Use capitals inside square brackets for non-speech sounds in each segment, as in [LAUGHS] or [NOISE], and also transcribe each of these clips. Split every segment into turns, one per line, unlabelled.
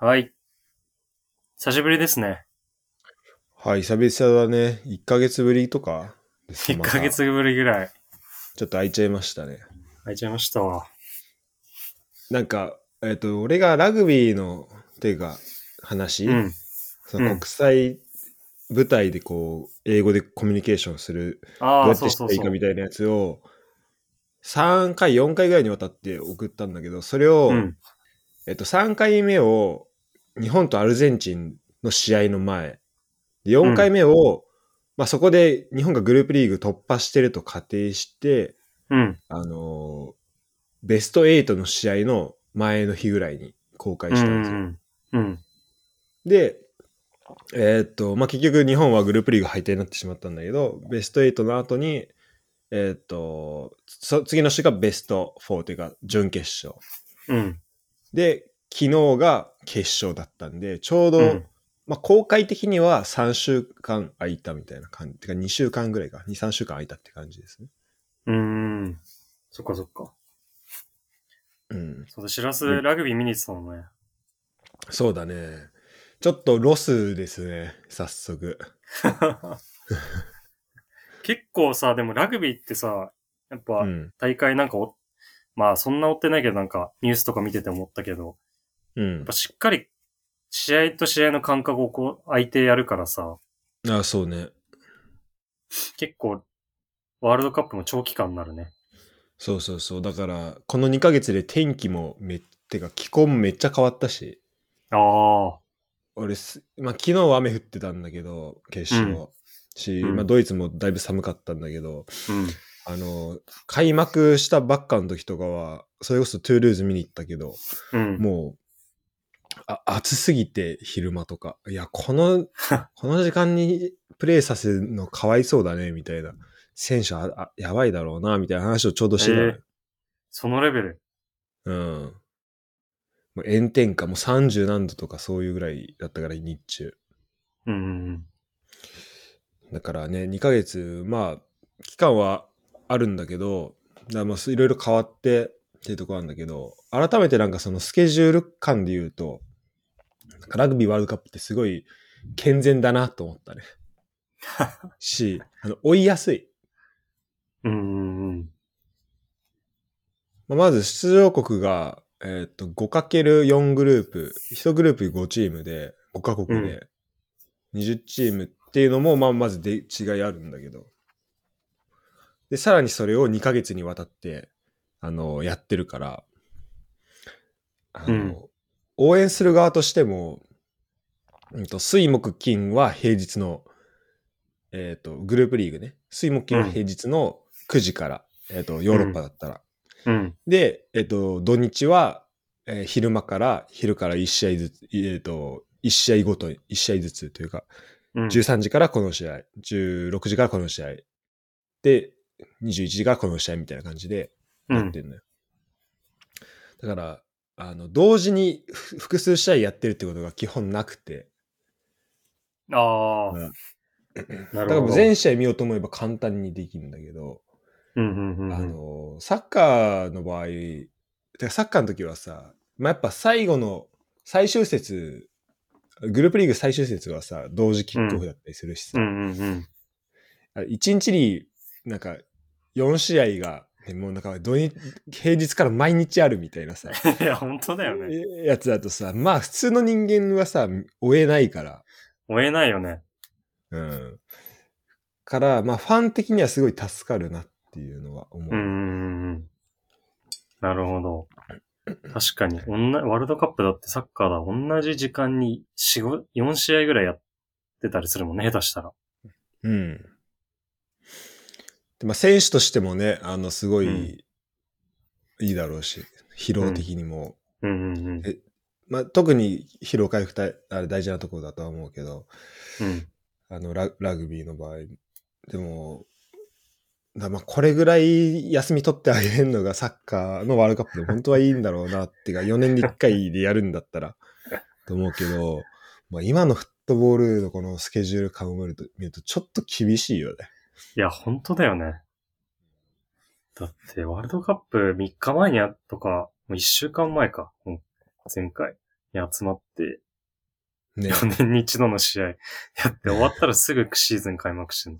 はい。久しぶりですね。
はい、久々だね。1ヶ月ぶりとか
[LAUGHS]
です
1
ね
ヶ。
ま
月ぶりぐらい
たちょっと空いちゃいましたね。
空いちゃいましたわ。
なんか、えっ、と、俺がラグビーの、ていうか、話、
うん。
その
うん
国際舞台でこう、英語でコミュニケーションする、どう
あ
や
あ、
っ
そう
てし
そ
た
う
らいい
そ
かみ
う。
たいなやつを、3回、4回ぐらいにわたって送ったんだけど、それを、
うん。
えっと、3回目を日本とアルゼンチンの試合の前。で4回目を、まあ、そこで日本がグループリーグ突破してると仮定して、
うん。
あのーベスト8の試合の前の日ぐらいに公開
う
した
ん
んですよ。
うん。うん。
で、えーっと、まあ、結局日本はグループリーグ敗退になってしまったんだけど、ベスト8の後に、えーっと、そ次の週がベスト4というか準決勝。
うん。
で、昨日が決勝だったんで、ちょうど、
うん
まあ、公開的には3週間空いたみたいな感じ。てか2週間ぐらいか。2、3週間空いたって感じですね。
うん。うん。そっかそっか。
うん。
そうだ、しらす
うん
ラグビー見に行ってた
[LAUGHS]
もんね。
そうだね。ちょっとロスですね。早速。
結構さ、でもラグビーってさ、やっ
う
ぱ
ん。
大会なんかお、まあそんな追ってないけどなんかニュースとか見てて思ったけど、
うん
やっぱ。しっかり試合と試合の間隔をこう空いてやるからさ、
あ、そうね。
結構ワールドカップも長期間になるね。
そうそうそう。だから、この2ヶ月で天気もめ、ってか気候もめっちゃ変わったし。
ああ。
俺す、まあ、昨日は雨降ってたんだけど、決勝。
う
し、
うん
まあ、ドイツもだいぶ寒かったんだけど、
うん。
あの、開幕したばっかの時とかは、それこそトゥールーズ見に行ったけど、
うん。
もう、あ暑すぎて昼間とか、いや、この、この時間にプレイさせるのかわいそうだね、みたいな。選手ああやばいだろうな、みたいな話をちょうどしてたのよ、
そのレベル。
うん。もう炎天下、もう30何度とかそういうぐらいだったから、日中。
うん。
だからね、2ヶ月、まあ、期間はあるんだけど、だからまあいろいろ変わってっていうところなんだけど、改めてなんかそのスケジュール感で言うと、なんかラグビーワールドカップってすごい健全だなと思ったね。し、あの、追いやすい。
うんうんうん。
まあまず出場国が、えーっと、5×4 グループ、1グループ5チームで、5カ国で、20チームっていうのも、まあ、まずで違いあるんだけど。で、さらにそれを2ヶ月にわたって、あの、やってるから、あの、
うん
応援する側としても、うんと、水木金は平日の、えっ、と、グループリーグね。水木金は平日の9時から、えっ、と、ヨーロッパだったら。
うん。
で、えっと、土日は、えー昼間から、昼から1試合ずつ、えっと、1試合ごとに、1試合ずつというか、
うん。
13時からこの試合、16時からこの試合、で、21時からこの試合みたいな感じで
う
やっ
ん
て。んのよ。だから、あの、同時にふ複数試合やってるってことが基本なくて、
ああ。な
だ
る
から
ほ
もう
ど。
全試合見ようと思えば簡単にできるんだけど、
うんうんうんうん。
あの、サッカーの場合、てかサッカーの時はさ、まあ、やっぱ最後の最終節、グループリーグ最終節はさ、同時キックオフだったりするし
う
さ、
んうんうん。
あ一1日になんか4試合が、ねもうなんか土日、平日から毎日あるみたいなさ、
いや、本 [LAUGHS] 当だよね。
やつだとさ、まあ普通の人間はさ、追えないから、
追えないよね。
うん。から、まあファン的にはすごい助かるなっていうのは思う。
うんうんうんうん。なるほど。確かに、おんなワールドカップだってサッカーだ、同じ時間に4、5 4試合ぐらいやってたりするもんね、下手したら。
うん。でまあ、選手としてもね、あの、すご
うん
い、いいだろうし、疲労的にも。
うんうんうん。
えまあ、特に疲労回復大あれ大事なところだとは思うけど、
うん。
あのラ、ラグビーの場合。でも、だまあ、これぐらい休み取ってあげるのがサッカーのワールドカップで本当はいいんだろうな、っていうか、4年で1回でやるんだったら、と思うけど、まあ、今のフットボールのこのスケジュール感を見ると、見るとちょっと厳しいよね。
いや、本当だよね。だって、ワールドカップ3日前にあとか、もう1週間前か。うん前回。に集まって、 [LAUGHS]
ね
4年に一度の試合やって、終わったらすぐシーズン開幕してんの。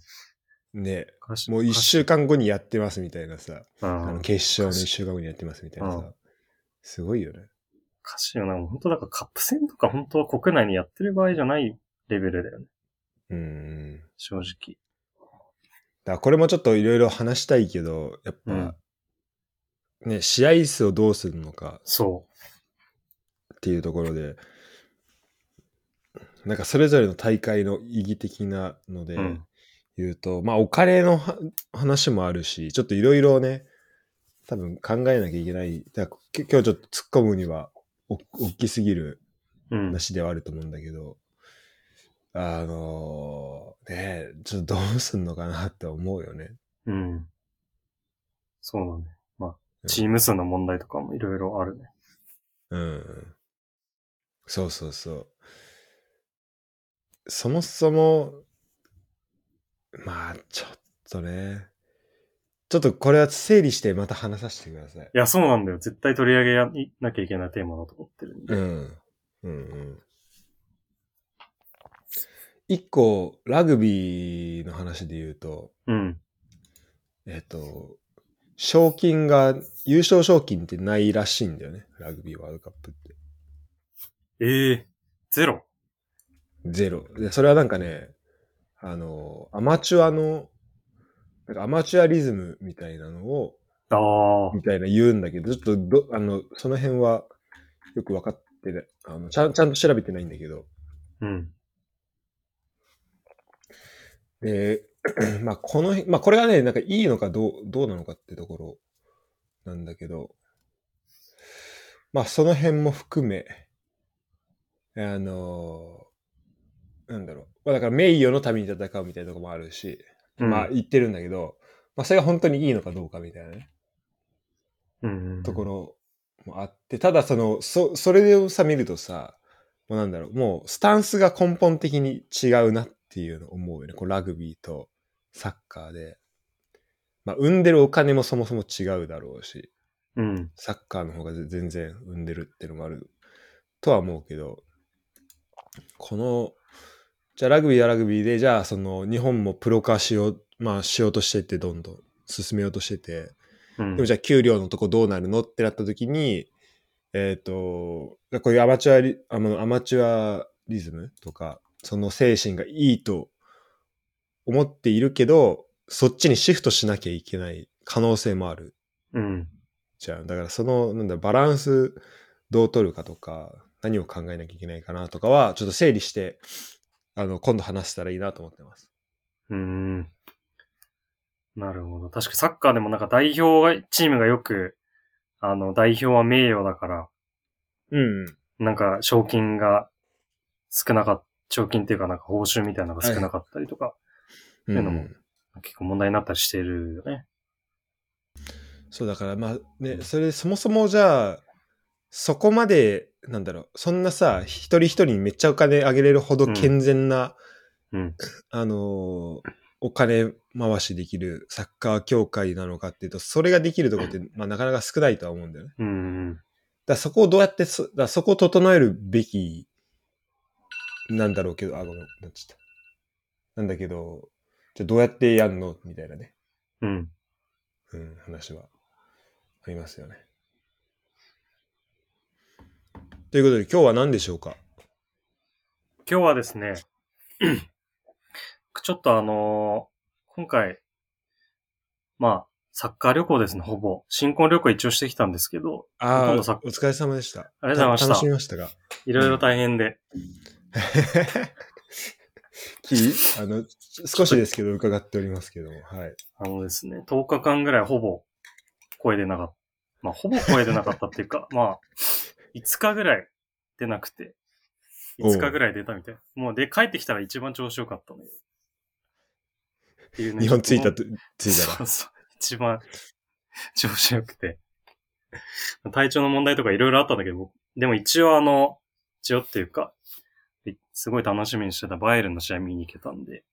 ね
おかしい
[LAUGHS] もう1。週間後にやってますみたいなさ、
おかしい
あ
うん
の決勝の1週間後にやってますみたいな
う
さ、すごいよね。
おかしいよな。本当だからカップ戦とか本当は国内にやってる場合じゃないレベルだよね。
うん。だ
正直。
からこれもちょっといろいろ話したいけど、やっぱ、ね、試合数をどうするのか
そ
っていうところで、なんかそれぞれの大会の意義的なので
う。うん。
言うと、まあお金のは話もあるし、ちょっといろいろね、多分考えなきゃいけない。だからき今日ちょっと突っ込むにはお大きすぎる
うん。
話ではあると思うんだけど、あのーねえ、ちょっとどうすんのかなって思うよね。
うん。そうだね。まあ、チーム数の問題とかもいろいろあるね。
うん。そうそうそう。そもそも、まあ、ちょっとね。ちょっとこれは整理してまた話させてください。
いや、そうなんだよ。絶対取り上げやなきゃいけないテーマだと思ってるんで。
うん。うんうん。一個、ラグビーの話で言うと、
うん。
えっと、賞金が、優勝賞金ってないらしいんだよね。ラグビーワールドカップって。
ええゼロ
ゼロ。で、それはなんかね、あの、アマチュアの、なんかアマチュアリズムみたいなのを、
ああ。
みたいな言うんだけど、ちょっとど、あの、その辺はよく分かってないあのちゃん、ちゃんと調べてないんだけど、
うん。
で、 [CLEARS THROAT] まあ、この辺、まあ、これがね、なんかいいのかどう、どうなのかってところなんだけど、まあ、その辺も含め、あのーなんだろう。まあ、だから名誉のために戦うみたいなとこもあるし、
うん
まあ、言ってるんだけど、まあ、それが本当にいいのかどうかみたいなね、
うんうん。
ところもあって、ただ、その、そ、それをさ、見るとさ、もうなんだろう、もう、スタンスが根本的に違うなっていうのを思うよね。こう、ラグビーとサッカーで。まあ、産んでるお金もそもそも違うだろうし、
うん。
サッカーの方が全然産んでるっていうのもあるとは思うけど、この、じゃあラグビーはラグビーで、じゃあその日本もプロ化しよう、まあしようとしてってどんどん進めようとしてて、
うん。
でもじゃあ給料のとこどうなるのってなった時に、えっ、と、こういうアマチュアリあのアマチュアリズムとか、その精神がいいと思っているけど、そっちにシフトしなきゃいけない可能性もある
うん。
じゃん。だからその、なんだ、バランスどう取るかとか、何を考えなきゃいけないかなとかは、ちょっと整理して、あの、今度話せたらいいなと思ってます。
うん。なるほど。確かサッカーでもなんか代表が、チームがよく、あの、代表は名誉だから、
うん。
なんか賞金が少なかった、賞金っていうかなんか報酬みたいなのが少なかったりとか、
う
いうのも
ん
結構問題になったりしてるよね。
そうだからまあねそれそもそもじゃあそこまでなんだろうそんなさ一人一人にめっちゃお金あげれるほど
うん
健全な、
うん
あのーお金回しできるサッカー協会なのかっていうとそれができるところって、まあ、なかなか少ないとは思うんだよね。
うん。
だからそこをどうやってそだからそこを整えるべきなんだろうけどあごめんなっちゃった。なんだけどじゃあどうやってやんのみたいなね、
うん。
うん、話はありますよね。ということで今日は何でしょうか
今日はですね、 [CLEARS THROAT] ちょっとあのー今回、まあ、サッカー旅行ですね、ほぼ。新婚旅行一応してきたんですけど、ほ
あ
と
あ、
ん
お
どさ
疲れ様でした。
ありがとうございま
楽
し
したみましたが。
いろいろ大変で。
きあの、少しですけど伺っておりますけども。はい。
あのですね、10日間ぐらいほぼ声出なかった。まあ、ほぼ声出なかったっていうか、 [LAUGHS] まあ、5日ぐらい出なくて、
おう
5日ぐらい出たみたいな。もうで、帰ってきたら一番調子良かったのよ。っていうね
日本着いたと、着いた
そ
ら。
うそう。一番 [LAUGHS] 調子良くて。体調の問題とかいろいろあったんだけど、でも一応あの、一応っていうか、いすごい楽しみにしてたバイエルンの試合見に行けたんで、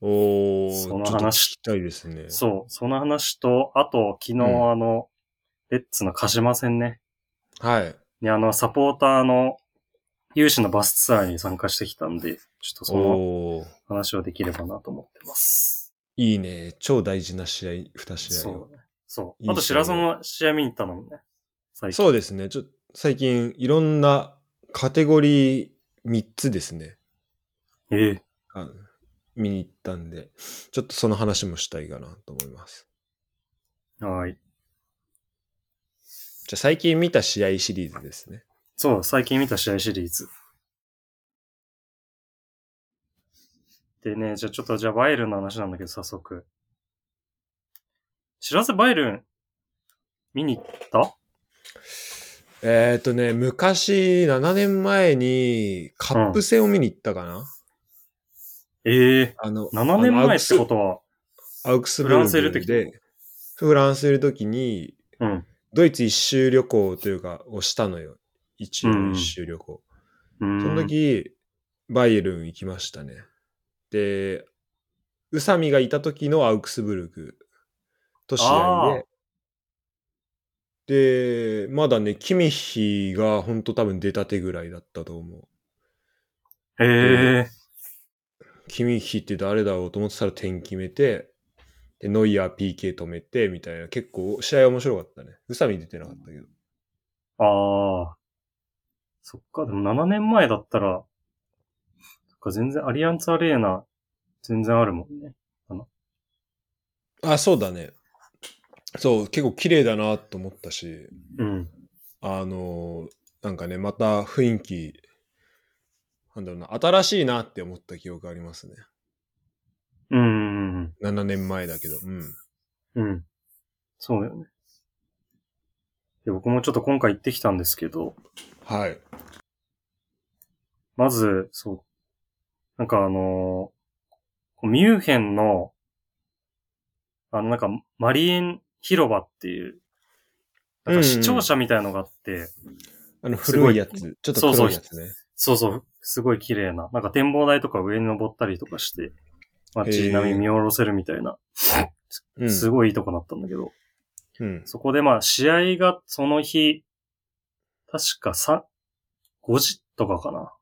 おー、
その
ちょっと聞
話
きたいですね。
そう、その話と、あと昨日
うん
あの、レッツの鹿島戦ね、
はい。
にあの、サポーターの有志のバスツアーに参加してきたんで、ちょっとその
おー
話をできればなと思ってます。
いいね。超大事な試合、2試合
そ
を
う。そう。
いい試合
あと、白さんは試合見に行ったのもね。最近。
そうですね。ちょ最近、いろんなカテゴリー3つですね。
ええ
あ見に行ったんで、ちょっとその話もしたいかなと思います。
はい。
じゃあ最近見た試合シリーズですね。
そう、最近見た試合シリーズ。でね、じゃあちょっと、じゃあバイエルンの話なんだけど、早速。知らせバイエルン、見に行った
えっ、ー、とね、昔、7年前にカップ戦を見に行ったかな、
ええ
あの、
7年前ってこととは、
アウクスブル
フランスいる
ク
時
で、フランスいる時に、
うん、
ドイツ一周旅行というか、をしたのよ。一
うん
応一周旅行。
うん。
その時、バイエルン行きましたね。で、宇佐美がいた時のアウクスブルクと試合で、で、まだね、キミヒが本当多分出たてぐらいだったと思う。
ええ
キミヒって誰だろうと思ってたら点決めて、で、ノイヤー PK 止めて、みたいな、結構試合面白かったね。宇佐美出てなかったけど。
ああ。そっか、でも7年前だったら、そっか、全然、アリアンツアレーナ、全然あるもんね。
あ、そうだね。そう、結構綺麗だなと思ったし、
うん。
あのーなんかね、また雰囲気、なんだろうな、新しいなって思った記憶ありますね。
うんうんうん。
7年前だけど。うん。
うん。そうだよね。で僕もちょっと今回行ってきたんですけど、
はい。
まず、そう、なんかあのーミュンヘンの、あのなんか、マリーン広場っていう、なんか視聴者みたいのがあって、
あの、
すごい
古いやつ、ちょっと黒いやつね。
そうそう、すごい綺麗な、なんか展望台とか上に登ったりとかして、街並み見下ろせるみたいな、
うん
すごいいいとこだったんだけど、
うん。
そこでまあ試合がその日、確かさ5時とかかな。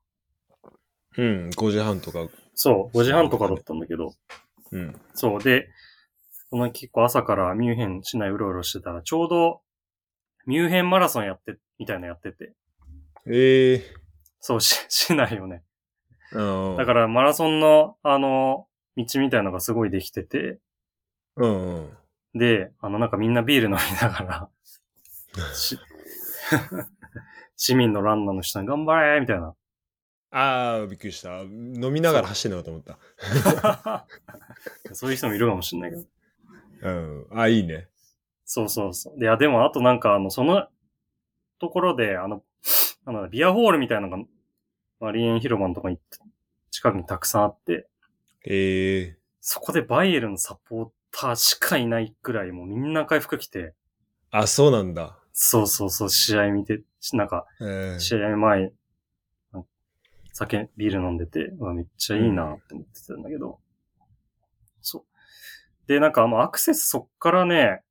うん。5時半とか。
そう、5時半とかだったんだけど、
うん。
そうで、その結構朝からミュンヘン市内うろうろしてたら、ちょうどミュンヘンマラソンやって、みたいなのやってて、
ええ
そう、し [LAUGHS] 市内をね。
ー。、
だかららマラソンの、あの、道みたいのがすごいできてて、
うんうん。
で、あの、なんかみんなビール飲みながら、し [LAUGHS] 市民のランナーの人に頑張れみたいな。
あー、びっくりした。飲みながら走ってんのかと思った。
[LAUGHS] そういう人もいるかもしれないけど。
うん。あ、いいね。
そうそうそう。いや、でも、あとなんか、あの、その、ところで、あの、なんだビアホールみたいなのが、マリエン広場のとこに、近くにたくさんあって、
ええ
そこでバイエルのサポーターしかいないくらい、もうみんな回復来て、
あ、そうなんだ。そう
そうそうそう、試合見て、しなんか、。
えー
試合前、なんか酒、ビール飲んでて、うわめっちゃいいなって思ってたんだけど。そう。で、なんか、まあ、アクセスそっからね、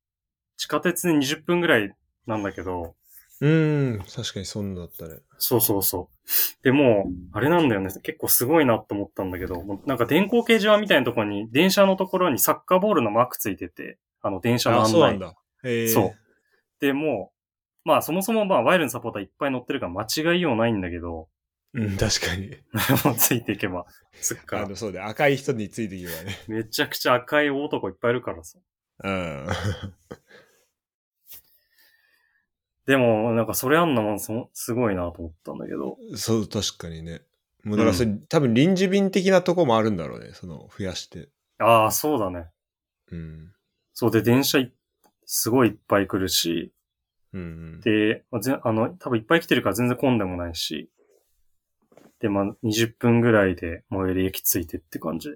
地下鉄で20分ぐらいなんだけど、
うん。確かにそんなだったね。
そうそうそう。で、もう、あれなんだよね。結構すごいなと思ったんだけど、もうなんか電光掲示板みたいなところに、電車のところにサッカーボールのマークついてて、あの、電車の案
あ、
内。
そうなんだ。ええー。
そう。で、もう、まあ、そもそも、まあ、ワイルのサポーターいっぱい乗ってるから間違いようないんだけど、 [LAUGHS]
うん、確かに。
もうついていけば、つっか
あ
ら
の、。そうだよ赤い人についていけばね。
めちゃくちゃ赤い男いっぱいいるからさ。 [LAUGHS]
うん。
でも、なんかそれあんなもん、そすごいなと思ったんだけど。
そう、確かにね。もうだからそれ、多分臨時便的なとこもあるんだろうね。その、増やして。
ああ、そうだね。
うん。
そうで、電車いすごいいっぱい来るし、
うんうん。
で、まあぜあの、多分いっぱい来てるから全然混んでもないし、で、まあ、20分ぐらいで最寄り駅ついてって感じ。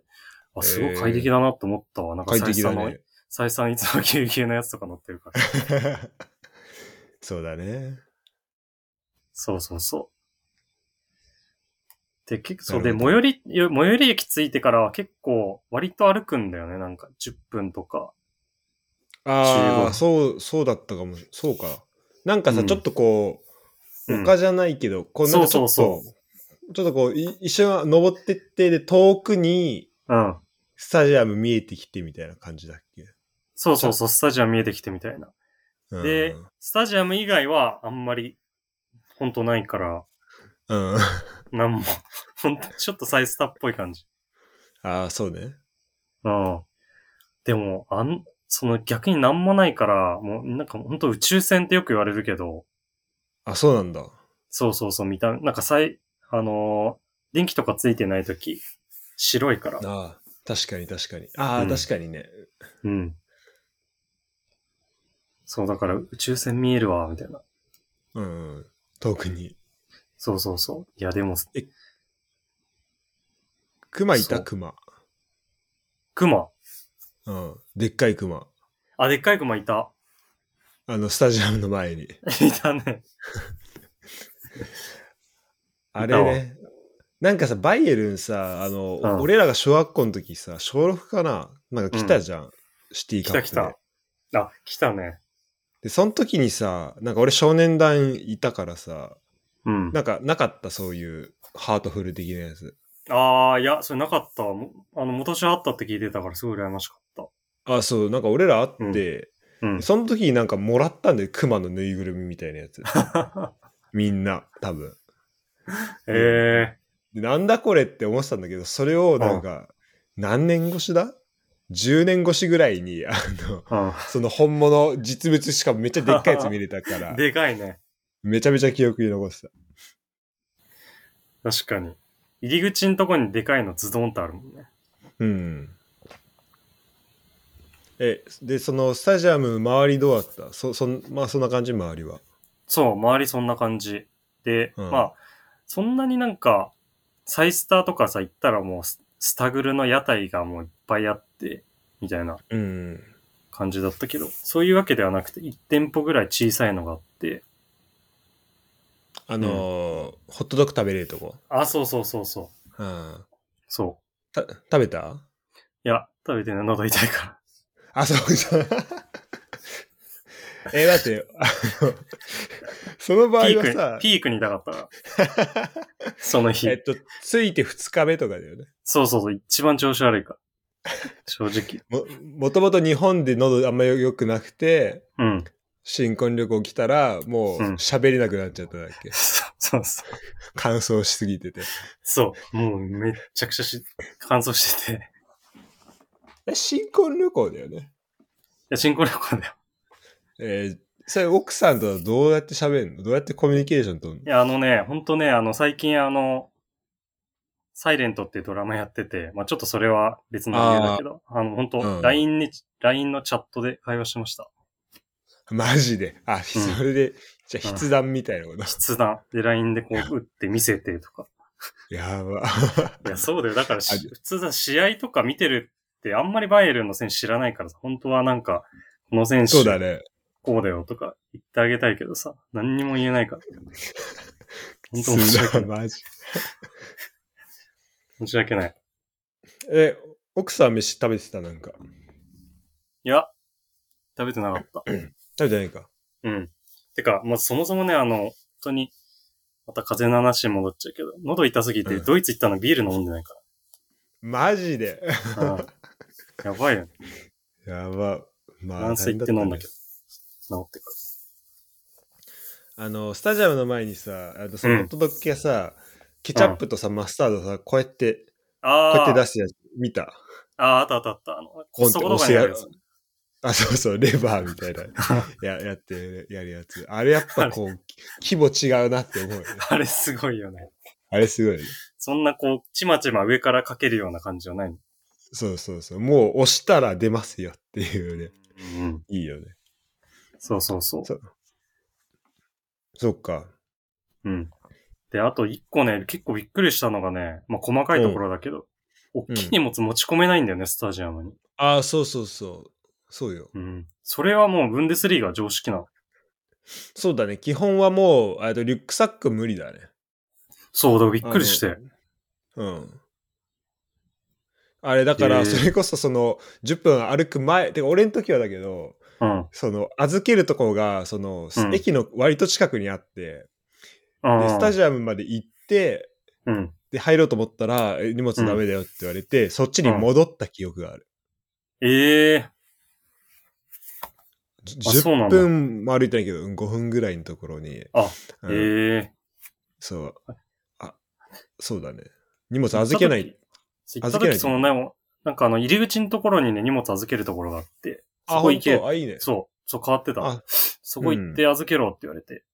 あ、すごい快適だなと思ったわ。なんか
快
採
適だ
算の
ね、。
採算いつもぎゅうぎゅうのやつとか乗ってるから。
[LAUGHS] そうだね。
そうそうそう。で、結構、
な
で、
るほど
最寄り、よ最寄り駅着いてからは結構、割と歩くんだよね、なんか、10分とか。
あ
15
あ、そう、そうだったかも。そうか。なんかさ、
うん
ちょっとこう、
うん
丘じゃないけど、こう、なんかちょっと
そうそう
ちょっとこう、い一緒に登ってって、で、遠くに
うん。
スタジアム見えてきてみたいな感じだっけ。
そうそうそう、スタジアム見えてきてみたいな。
うん、
で、スタジアム以外はあんまり、ほんとないから、
うん。
なんも、 [LAUGHS] ほんと、ちょっとサイスターっぽい感じ。
ああ、そうね。
うん。でも、あん、その逆になんもないから、もうなんかほんと宇宙船ってよく言われるけど、
あ、そうなんだ。
そうそうそう、見た、なんかさい、あのー電気とかついてないとき、白いから。
ああ、確かに確かに。ああ、
うん
確かにね。
うん。そう、だから宇宙船見えるわ、みたいな。
うん、うん。遠くに。
そうそうそう。いや、でも、
熊いた、
そう
熊。
熊。
うん。でっかい熊。
あ、でっかい熊いた。 [LAUGHS]
あの、スタジアムの前 [LAUGHS] に。
いたね。
あれね。なんかさ、バイエルンさ、あの、
うん
俺らが小学校の時さ、小6かななんか来たじゃん。シティ
来
カップ
た
で。
来た。あ、来たね。
で、その時にさ、なんか俺少年団いたからさ、
うん。
なんかなかったそういうハートフル的なやつ。
ああ、いや、それなかったわ。もあの、元社あったって聞いてたから、すごい羨ましかっ
あ、そう、なんか俺ら会って、
た。
[LAUGHS]
うん。
その時になんかもらったんだよ。熊のぬいぐるみみたいなやつ。みんな、多分。
ええ
でなんだこれって思ってたんだけど、それをなんか、何年越しだ ?10 年越しぐらいに、あ [LAUGHS] の、
ー。
その本物、実物しかもめっちゃでっかい [LAUGHS] やつ見れたか
うん。
ら、
でかいね。
めちゃめちゃ記憶に残ってた。
確かに。入り口のとこにでかいのズドンとあるもんね。
うん。え、で、そのスタジアム周りどうだったそ、そん、まあそんな感じ、周りは。
そう、周りそんな感じ。で、
うん
まあ、そんなになんか、サイスターとかさ、行ったらもうス、スタグルの屋台がもういっぱいあって、みたいな
うん。
感じだったけど、そういうわけではなくて、1店舗ぐらい小さいのがあって、
あのーホットドッグ食べれるとこ。
あ、そうそうそうそう。
うん。
そ
た、食べた
う。いや、食べてない、喉痛いから。
あ、そう [LAUGHS] じゃん。え、待って、あの、その [LAUGHS] 場合
ピー
は
ク
さ
に、、ピークに痛かったから。 [LAUGHS] その日
え。っと、ついて2日目とかだよね。
そうそうそう、一番調子悪いから。正直。
も、もともと日本で喉あんまよ良くなくて、
うん。
新婚旅行来たら、もう
うん
喋れなくなっちゃっただっけ。
そうそうそう。
乾燥しすぎてて。
そう。もうめっちゃくちゃし、乾燥してて。い
え、新婚旅行だよね。
や、新婚旅行だよ。
えーそれ奥さんとはどうやって喋るのどうやってコミュニケーション取る
いや、あのね、ほんとね、あの、最近あの、サイレントっていうドラマやってて、まあちょっとそれは別の理由だけど、あの、ほん
う
と、
ん
LINE に、LINE のチャットで会話してました。
のマジで。あ、それで、じゃあ筆談みたいなこと。
筆談。で、LINE
[LAUGHS]
でこう、打って見せてとか。
やば。 [LAUGHS]
いや、そうだよ。だからし
あ
普通だ、試合とか見てるって、あんまりバイエルンの選手知らないからさ、本当はなんか、この選手、
そうだね。
こうだよとか言ってあげたいけどさ、何にも言えない
[LAUGHS]
から。本当申し
筆
訳
談
ない。
マジ。
申し訳ない。
え、奥さん飯食べてたなんか。
いや、食べてなかった。
食べてないか。
うん。てか、まあ、そもそもね、あの、本当に、また風邪の話に戻っちゃうけど、喉痛すぎて、
うん
ドイツ行ったのビール飲んでないか
マジで。
ら。うんやばいよね。
[LAUGHS] やば。ま
フランス行って飲んだけ
ど。
ど。治ってか
あの、スタジアムの前にさ、あのその
うん
ホットドッグがさ、ケチャップとさ、マスタードさ、こうやって、
ら。
こ
あ
うやって
あ
出、すやつ、見た。
ああ、あったあったあった。あの、
ポン
コ
って
ストコとか
押して
に
や
あ
る
るやつ。
あ、そうそう、レバーみ
[LAUGHS]
たいな。や、やって、やるやつ。あれやっぱこう、規模違うなって思うよね。
あれすごいよね。
あれすごいね。
そんなこう、ちまちま上からかけるような感じはないの。
そうそうそう。もう押したら出ますよっていうね。
うん。
いいよね。
そうそうそう。
そうそっか。
うん。で、あと一個ね、結構びっくりしたのがね、まあ、細かいところだけど、大きい荷物持ち込めないんだよね、スタジアムに。
ああ、そうそうそう。そうよ。
うん。それはもうブンデスリーガ常識なの。
そうだね。基本はもう、あとリュックサック無理だね。
そうだ、びっくりして。
うん。あれだから、
へー
それこそその、10分歩く前、てか俺の時はだけど、
うん。
その、預けるとこが、その、
うん
駅の割と近くにあって、で、スタジアムまで行って、
うん。
で、入ろうと思ったら、え荷物ダメだよって言われて、そっちに戻った記憶がある。
ええ
じ
あそうなんだ
10分も歩いてないけど、うん5分ぐらいのところに。
あ
うん
ええ
そう。あ、そうだね。荷物預けない。。
行った
預けない
時、そのね、なんかあの、入り口のところにね、荷物預けるところがあって、
あ、
そこ
本
行け
当あ、いいね。
そう、そう変わってた
あ。
そこ行って預けろって言われて、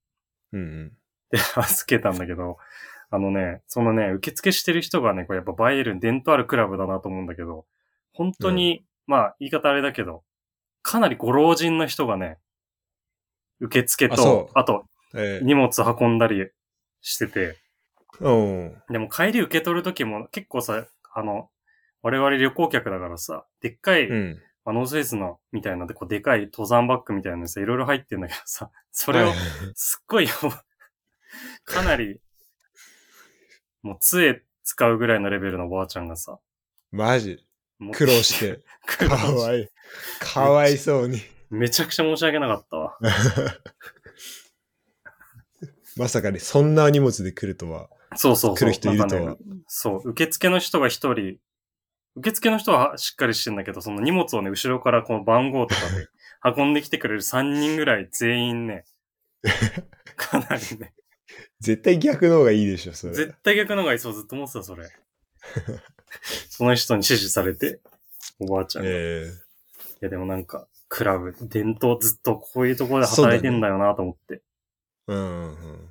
うんうん。
で、預けたんだけど、あのね、そのね、受付してる人がね、これやっぱバイエルン伝統あるクラブだなと思うんだけど、本当に、まあ、言い方あれだけど、かなりご老人の人がね、受付
あ
と
そ、う
あと、
え
荷物運んだりしてて、
ー、うん。
でも帰り受け取るときも結構さ、あの、我々旅行客だからさ、でっかい、
うん。
あのノースイスのみたいなで、こうでかい登山バッグみたいなのにさ、いろいろ入ってんだけどさ、それを
はい
すっごい、かなり、もう杖使うぐらいのレベルのおばあちゃんがさ、
マジ。
もう
苦労し。て。
[LAUGHS] 苦
か
労し
わいい。かわいそう
[LAUGHS]
に。
めちゃくちゃ申し訳なかったわ。
まさかね、そんな荷物で来るとは。
そうそうそう。
来る人いるとは
なんかねそう、受付の人が一人、受付の人はしっかりしてんだけど、その荷物をね、後ろからこの番号とか
[LAUGHS]
で運んできてくれる3人ぐらい全員ね、かなりね、
絶対逆の方がいいでしょ、それ
絶。対逆の方がいいそう、ずっと思ってた、そ
[LAUGHS]
れ。その人に指示されて、おばあちゃんが。い
え
や、でもなんか、クラブ、伝統ずっとこういうところで働いてんだよなと思って。
えうんうんうん。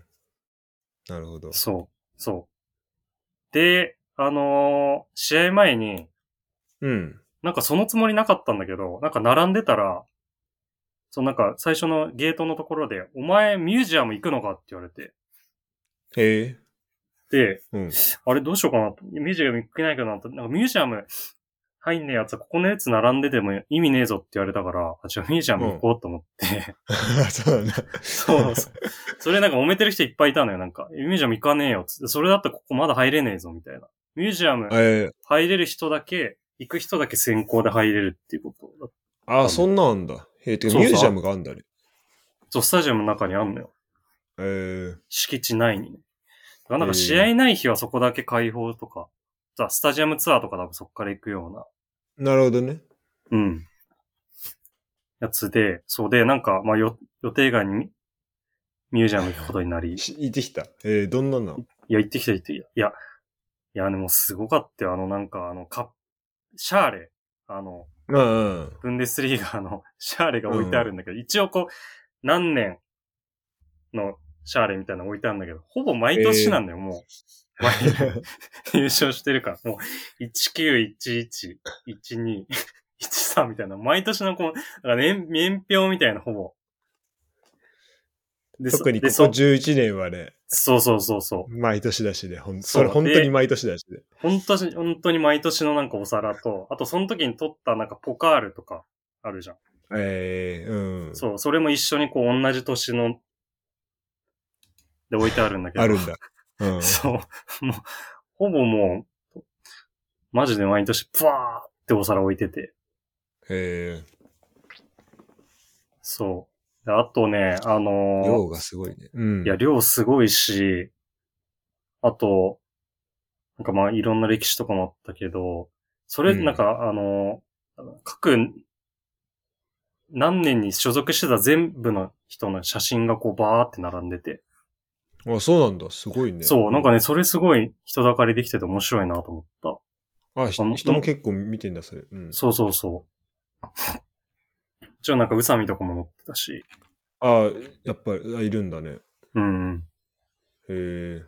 なるほど。
そう、そう。で、あのー試合前に、
うん。
なんかそのつもりなかったんだけど、なんか並んでたら、そのなんか最初のゲートのところで、お前ミュージアム行くのかって言われて、
へえ。
で、
うん。
あれどうしようかなと、ミュージアム行けないかなと、なんかミュージアム入んねえやつはここのやつ並んでても意味ねえぞって言われたから、あ、じゃあミュージアム行こうと思って、
[LAUGHS] そうなんだ。
そうそう。それなんか揉めてる人いっぱいいたのよ、なんか。ミュージアム行かねえよっつって、それだったらここまだ入れねえぞみたいな。ミュージアム
ええ。
入れる人だけ、行く人だけ先行で入れるっていうことだ
あ、そんなんだ。へえ、てか
そう
ミ
そう
ュージアムがあんだね。
そう、スタジアムの中にあんのよ。
ええ。
敷地内にね。だからなん
え
か
ー
試合ない日はそこだけ開放とか、さスタジアムツアーとか多分そこから行くよう
なるほどね。
な、うん。やつで、そうで、なんか、まあ、よ予定外にミミュージアム行くことになり、い
し行ってきた。ええ、どんなんなの
や、行ってきた行ってきた。いや、いや、でもすごかったよ。あの、なんか、あの、カップシャーレ、あの、
うんうん。
ブンデスリーガーの [LAUGHS] シャーレが置いてあるんだけど、一応こう、何年のシャーレみたいなの置いてあるんだけど、ほぼ毎年なんだよ、もう。 [LAUGHS] 毎優勝してるから、もう、1911、12、13みたいな、毎年のこう、なんか年、年表みたいな、ほぼ。でそ
特にこ
で
こ
そ
11年はね、
そうそうそうそう。
毎年だしね。ほん
そう
それ本当
で
に毎年だしね。
本当に、本当に毎年のなんかお皿と、あとその時に取ったなんかポカールとかあるじゃん。
ええ、うん。
そう、それも一緒にこう同じ年の、で置いてあるんだけど。
あ
[LAUGHS]
るんだ。うん。
そう。もう、ほぼもう、マジで毎年、ブワーってお皿置いてて。
え
そう。であとね、あ
え、
の
量がすごいね。うん
ー、いや、量すごいし、あと、なんかまあ、いろんな歴史とかもあったけど、それ、
うん
なんか、あのー、各、何年に所属してた全部の人の写真がこうバーって並んでて。
あ、そうなんだ。すごいね。
そう、なんかね、それすごい人だかりできてて面白いなと思った。
あ、ひ
あの
人も結構見てんだ、それ。うん。
そうそうそう。一応なんか宇佐美とかも乗ってたし。
あやっぱり、あいるんだね。
うんうん。っ
へえ。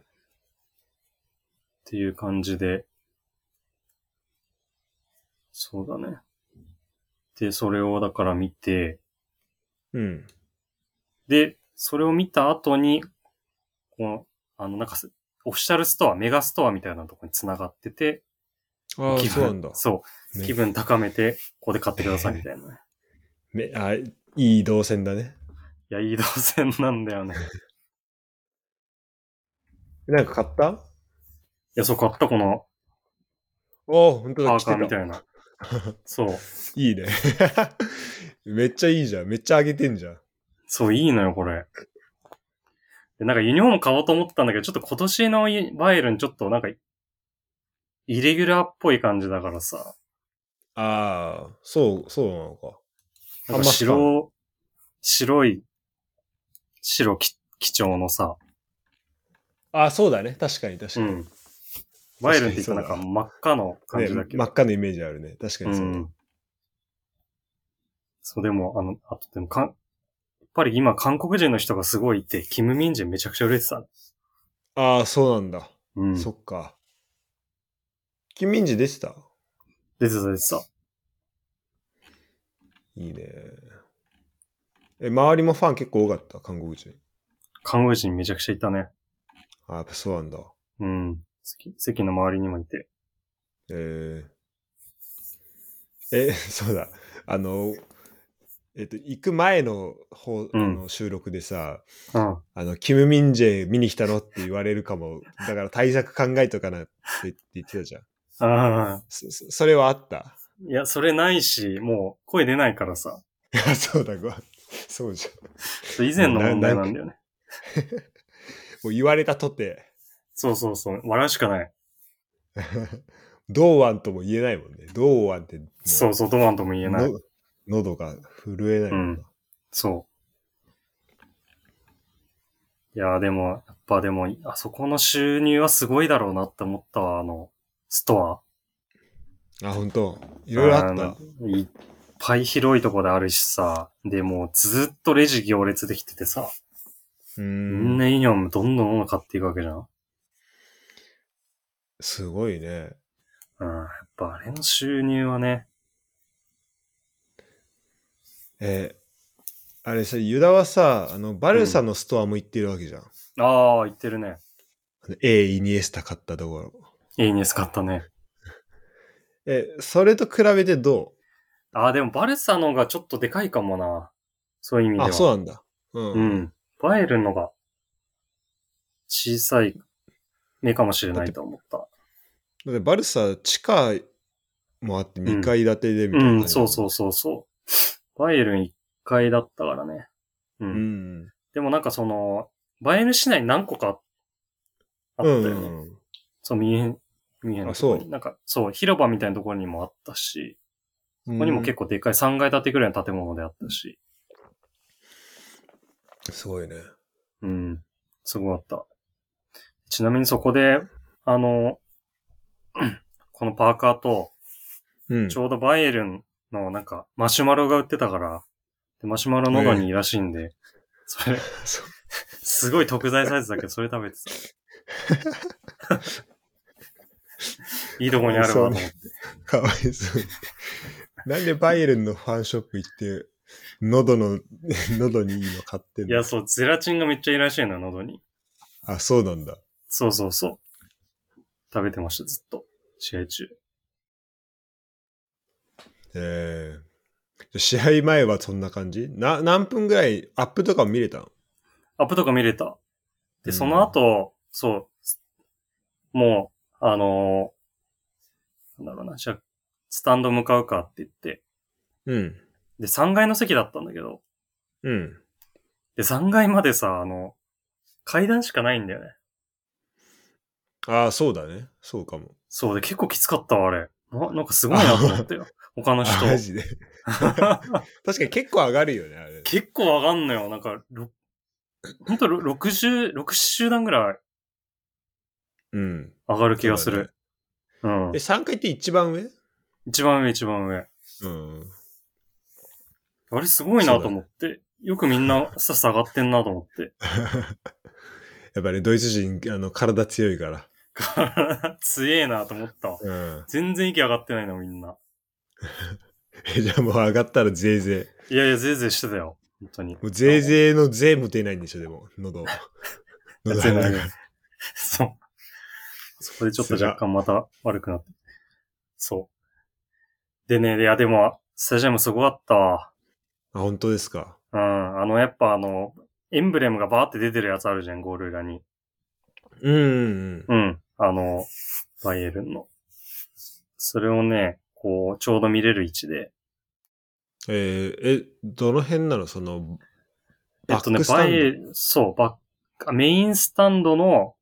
ていう感じで。そうだね。で、それをだから見て、
うん。
で、それを見た後に、この、あの、なんかす、オフィシャルストア、メガストアみたいなとこに繋がってて、
ああ、
気分
そうなんだ。
そう、
ね
気分高めて、ここで買ってくださいみたいなね。
[LAUGHS] めあいい動線だね。
いや、いい動線なんだよね。
なんか買ったあ
いや、そう、買ったこの
本当
パ
だ、
ー
着
カーみ
てた。
たいな。そう。
い
[LAUGHS]
いね。めっちゃいいじゃん。めっちゃ上げてんじゃん。
そう、いいのよ、これ。で、なんかユニフォーム買おうと思ってたんだけど、ちょっと今年のイバイエルンちょっとなんか、イレギュラーっぽい感じだからさ、
ああ、そう、そうなのか。
なんか
あんま
白、白い、白き基調のさ、
ああ、そうだね。確かに確か
う
に。
ん。バイエルンって言ったらなんか真っ赤の感じだ
ね
けど。
真っ赤なイメージあるね。確かにそうだ。
ん。そう、でも、あの、あとでもかん、やっぱり今韓国人の人がすごいいて、キム・ミンジェンめちゃくちゃ売れてたね。
ああ、そうなんだ。
うん。
そっか。金民寺出てた
出てた出てた。
いいね。え、周りもファン結構多かった、韓国人。
韓国人めちゃくちゃいたね。
あやっぱそうなんだ。
うん。席席の周りにもいて。
えー、え、 [LAUGHS] そうだ。あの、えっと、行く前の方、あの収録でさ、
うん。
あの、キム・ミンジェ見に来たのって言われるかも。だから対策考えとかなって言って言ってたじゃん。
ああ。
そそそれはあった。
いや、それないし、もう声出ないからさ。
いやそうだ、ごそうじゃん。 [LAUGHS]
それ以前の問題なんだよね。
もう言われたと [LAUGHS] て、
そうそうそう。笑うしかない。
同腕とも言えないもんね。同腕ってもう
そうそう、ドワンとも言えない。
の喉が震えないもんな。
そう。いやーでも、やっぱでも、あそこの収入はすごいだろうなって思ったわ、あの、ストア。
あ、本当い
い
ろいろあった。
いっぱい広いとこであるしさ、でもうずっとレジ行列できててさ、
う
み
ん
んなユニフォームどんどんどん買っていくわけじゃん。
すごいね。
うん、やっぱあれの収入はね、
えーあれさ、ユダはさ、あの、バルサのストアも行ってるわけじゃん。
ああ、言ってるね。
あの A、イニエスタ買ったところ。
いいニュース買ったね。
え、それと比べてど
ああ、でもバルサの方がちょっとでかいかもな。そういう意味
う
では。
あ、そうなんだ。うん。
うん。バイエルンのが小さい目かもしれないと思った。
だってバルサ、地下もあって2階建てでみた
う
いな感じ、
ん、そうそうそうそう。バイエルン1階だったからね。うん。
うん。
でもなんかその、バイエルン市内何個かあった
う
よ
ん。
ね。そう、ミュンヘン、ミュンヘンのとこに
あそ
なんか、そう、広場みたいなところにもあったし、
こ
ここにも結構でかい3階建てぐらいの建物であったし、
すごいね。
うん。すごかった。ちなみにそこで、あの、 [CLEARS THROAT] このパーカーと、
うん
ち。ょうどバイエルンのなんかマシュマロが売ってたから、でマシュマロのどにいいらしいんで、それ、
そう
すごい特大サイズだけど、それ食べてた。
[LAUGHS]
いいとこにあるわと思って。
かわいそうに。 [LAUGHS] なんでバイエルンのファンショップ行って、喉の、 [LAUGHS] 喉にいいの買ってん
いや、
の
そう、ゼラチンがめっちゃいいらしいのよ、喉に。
あ、そうなんだ。
そうそうそう。食べてました、ずっと。試合中。
えー、試合前はそんな感じな、何分ぐらいアップとかも見れたの
アップとか見れた。
う
で、
ん
その後、そう、もう、あのーなんだろうな、じゃあスタンド向かうかって言って、
うん。
で、3階の席だったんだけど、
うん。
で、3階までさ、あの、階段しかないんだよね。
ああ、そうだね。そうかも。
そうで、結構きつかったわ、あれ。ななんかすごいなと思った
[LAUGHS]
よ。他の人
あ。マジで。確かに結構上がるよね、あ
[LAUGHS]
れ。
結構上がんのよ。なんか、ろほんとろ60、6集団ぐらい
うん。
上がる気がする。う
そうだね。え、3階って一番上
ん。一番上、一番上。
うん。
あれすごいなと思って。よくみんなさ、下がってんなと思って。 [LAUGHS]
やっぱり、ね、ドイツ人、あの、体強いから。
強えなと思ったわ。
うん。 [LAUGHS]
全然息上がってないの、みんな。
えじゃあもう上がったらぜいぜい。
いやいや、ぜいぜいしてたよ。本当に。
もうぜいぜいのぜいも出ないんでしょ、でも、
[LAUGHS]
喉。喉
全
が
然 [LAUGHS] そう。そこでちょっと若干また悪くなって。そう。でね、いやでも、スタジアムすごかったわ。
あ、本当ですか。
うん。あの、やっぱあの、エンブレムがバーって出てるやつあるじゃん、ゴール裏に。
うんうんうん。
うん。あの、バイエルンの。それをね、こう、ちょうど見れる位置で。
えーえ、どの辺なのその、
え
バ
っと
ッ
ね
ク、スタ
バ
ン
イ
ド。
エルン、そう、バッあメインスタンドの、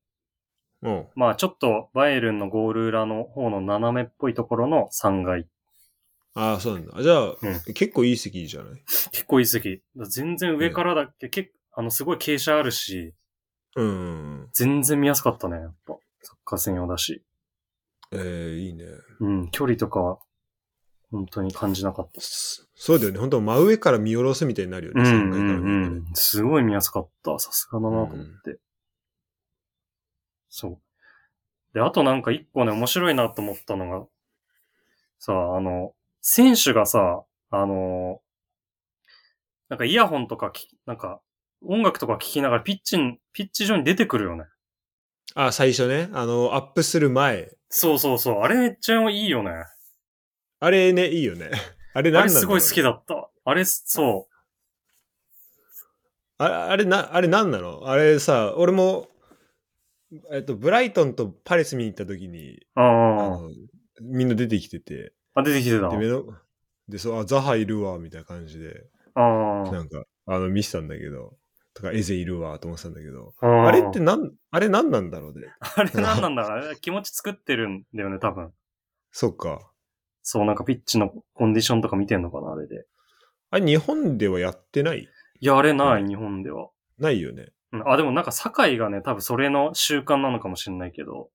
うん。
まあちょっとバイエルンのゴール裏の方の斜めっぽいところの3階。
ああ、そうなんだ。あじゃあ、
う
結構いい席じゃない
結構いい席。全然上からだっけ、結構あの、すごい傾斜あるし、
うん。
全然見やすかったね、やっぱ。サッカー専用だし。
ええいいね。
うん、距離とかは、本当に感じなかった。
そそうだよね。本当真上から見下ろすみたいになるよね。
うん、
3
う
階から見
ん、
ると
う
ね
ん。すごい見やすかった。さすがだなと思って。そう。で、あとなんか一個ね、面白いなと思ったのが、さ、あの、選手がさ、あの、なんかイヤホンとかき、なんか、音楽とか聞きながらピッチに、ピッチ上に出てくるよね。
あ、最初ね。あの、アップする前。
そうそうそう。あれめっちゃいいよね。
あれね、いいよね。あれ
あれ
何なんだろう
すごい好きだった。あれ、そ
あれ、あれな、あれなんなのあれさ、俺も、えっと、ブライトンとパレス見に行った時に、
う。
あ
あ
のみんな出てきてて、
あ。あ、出てきてた
で、。目の、で、そう、あ、ザハいるわ、みたいな感じで、
あ
なんか、あの、見せたんだけど、とか、エゼいるわ、と思ってたんだけど、
あー。
あれってなん、あれなんなんだろうね。
[LAUGHS] あれ何なんだろうあれ気持ち作ってるんだよね、多分。
そっか。
そう、なんかピッチのコンディションとか見てんのかな、あれで。
あれ、日本ではやってない
いや、あれな
う
い、
ん
日本では。
ないよね。
うんあ、でもなんか堺がね、多分それの習慣なのかもしれないけど、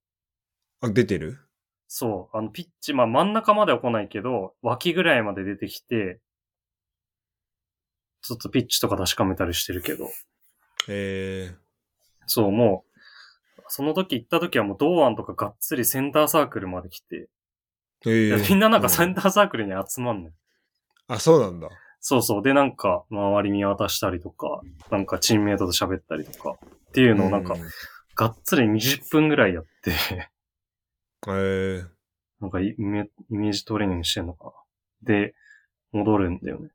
あ、出てる
そう、あのピッチ、まあ真ん中までは来ないけど、脇ぐらいまで出てきて、ちょっとピッチとか確かめたりしてるけど、
え
そう、もう、その時行った時はもう堂安とかがっつりセンターサークルまで来て、
ー、え
いや
ー
みんななんかセ
う
ンターサークルに集まんの、よ
あ、そうなんだ。
そうそう。で、なんか、周り見渡したりとか、なんかチームメイトと喋ったりとか、っていうのをなんか
う、
がっつり20分ぐらいやって、 [LAUGHS]
えー、
なんかイメイメージトレーニングしてんのかな。で、戻るんだよね。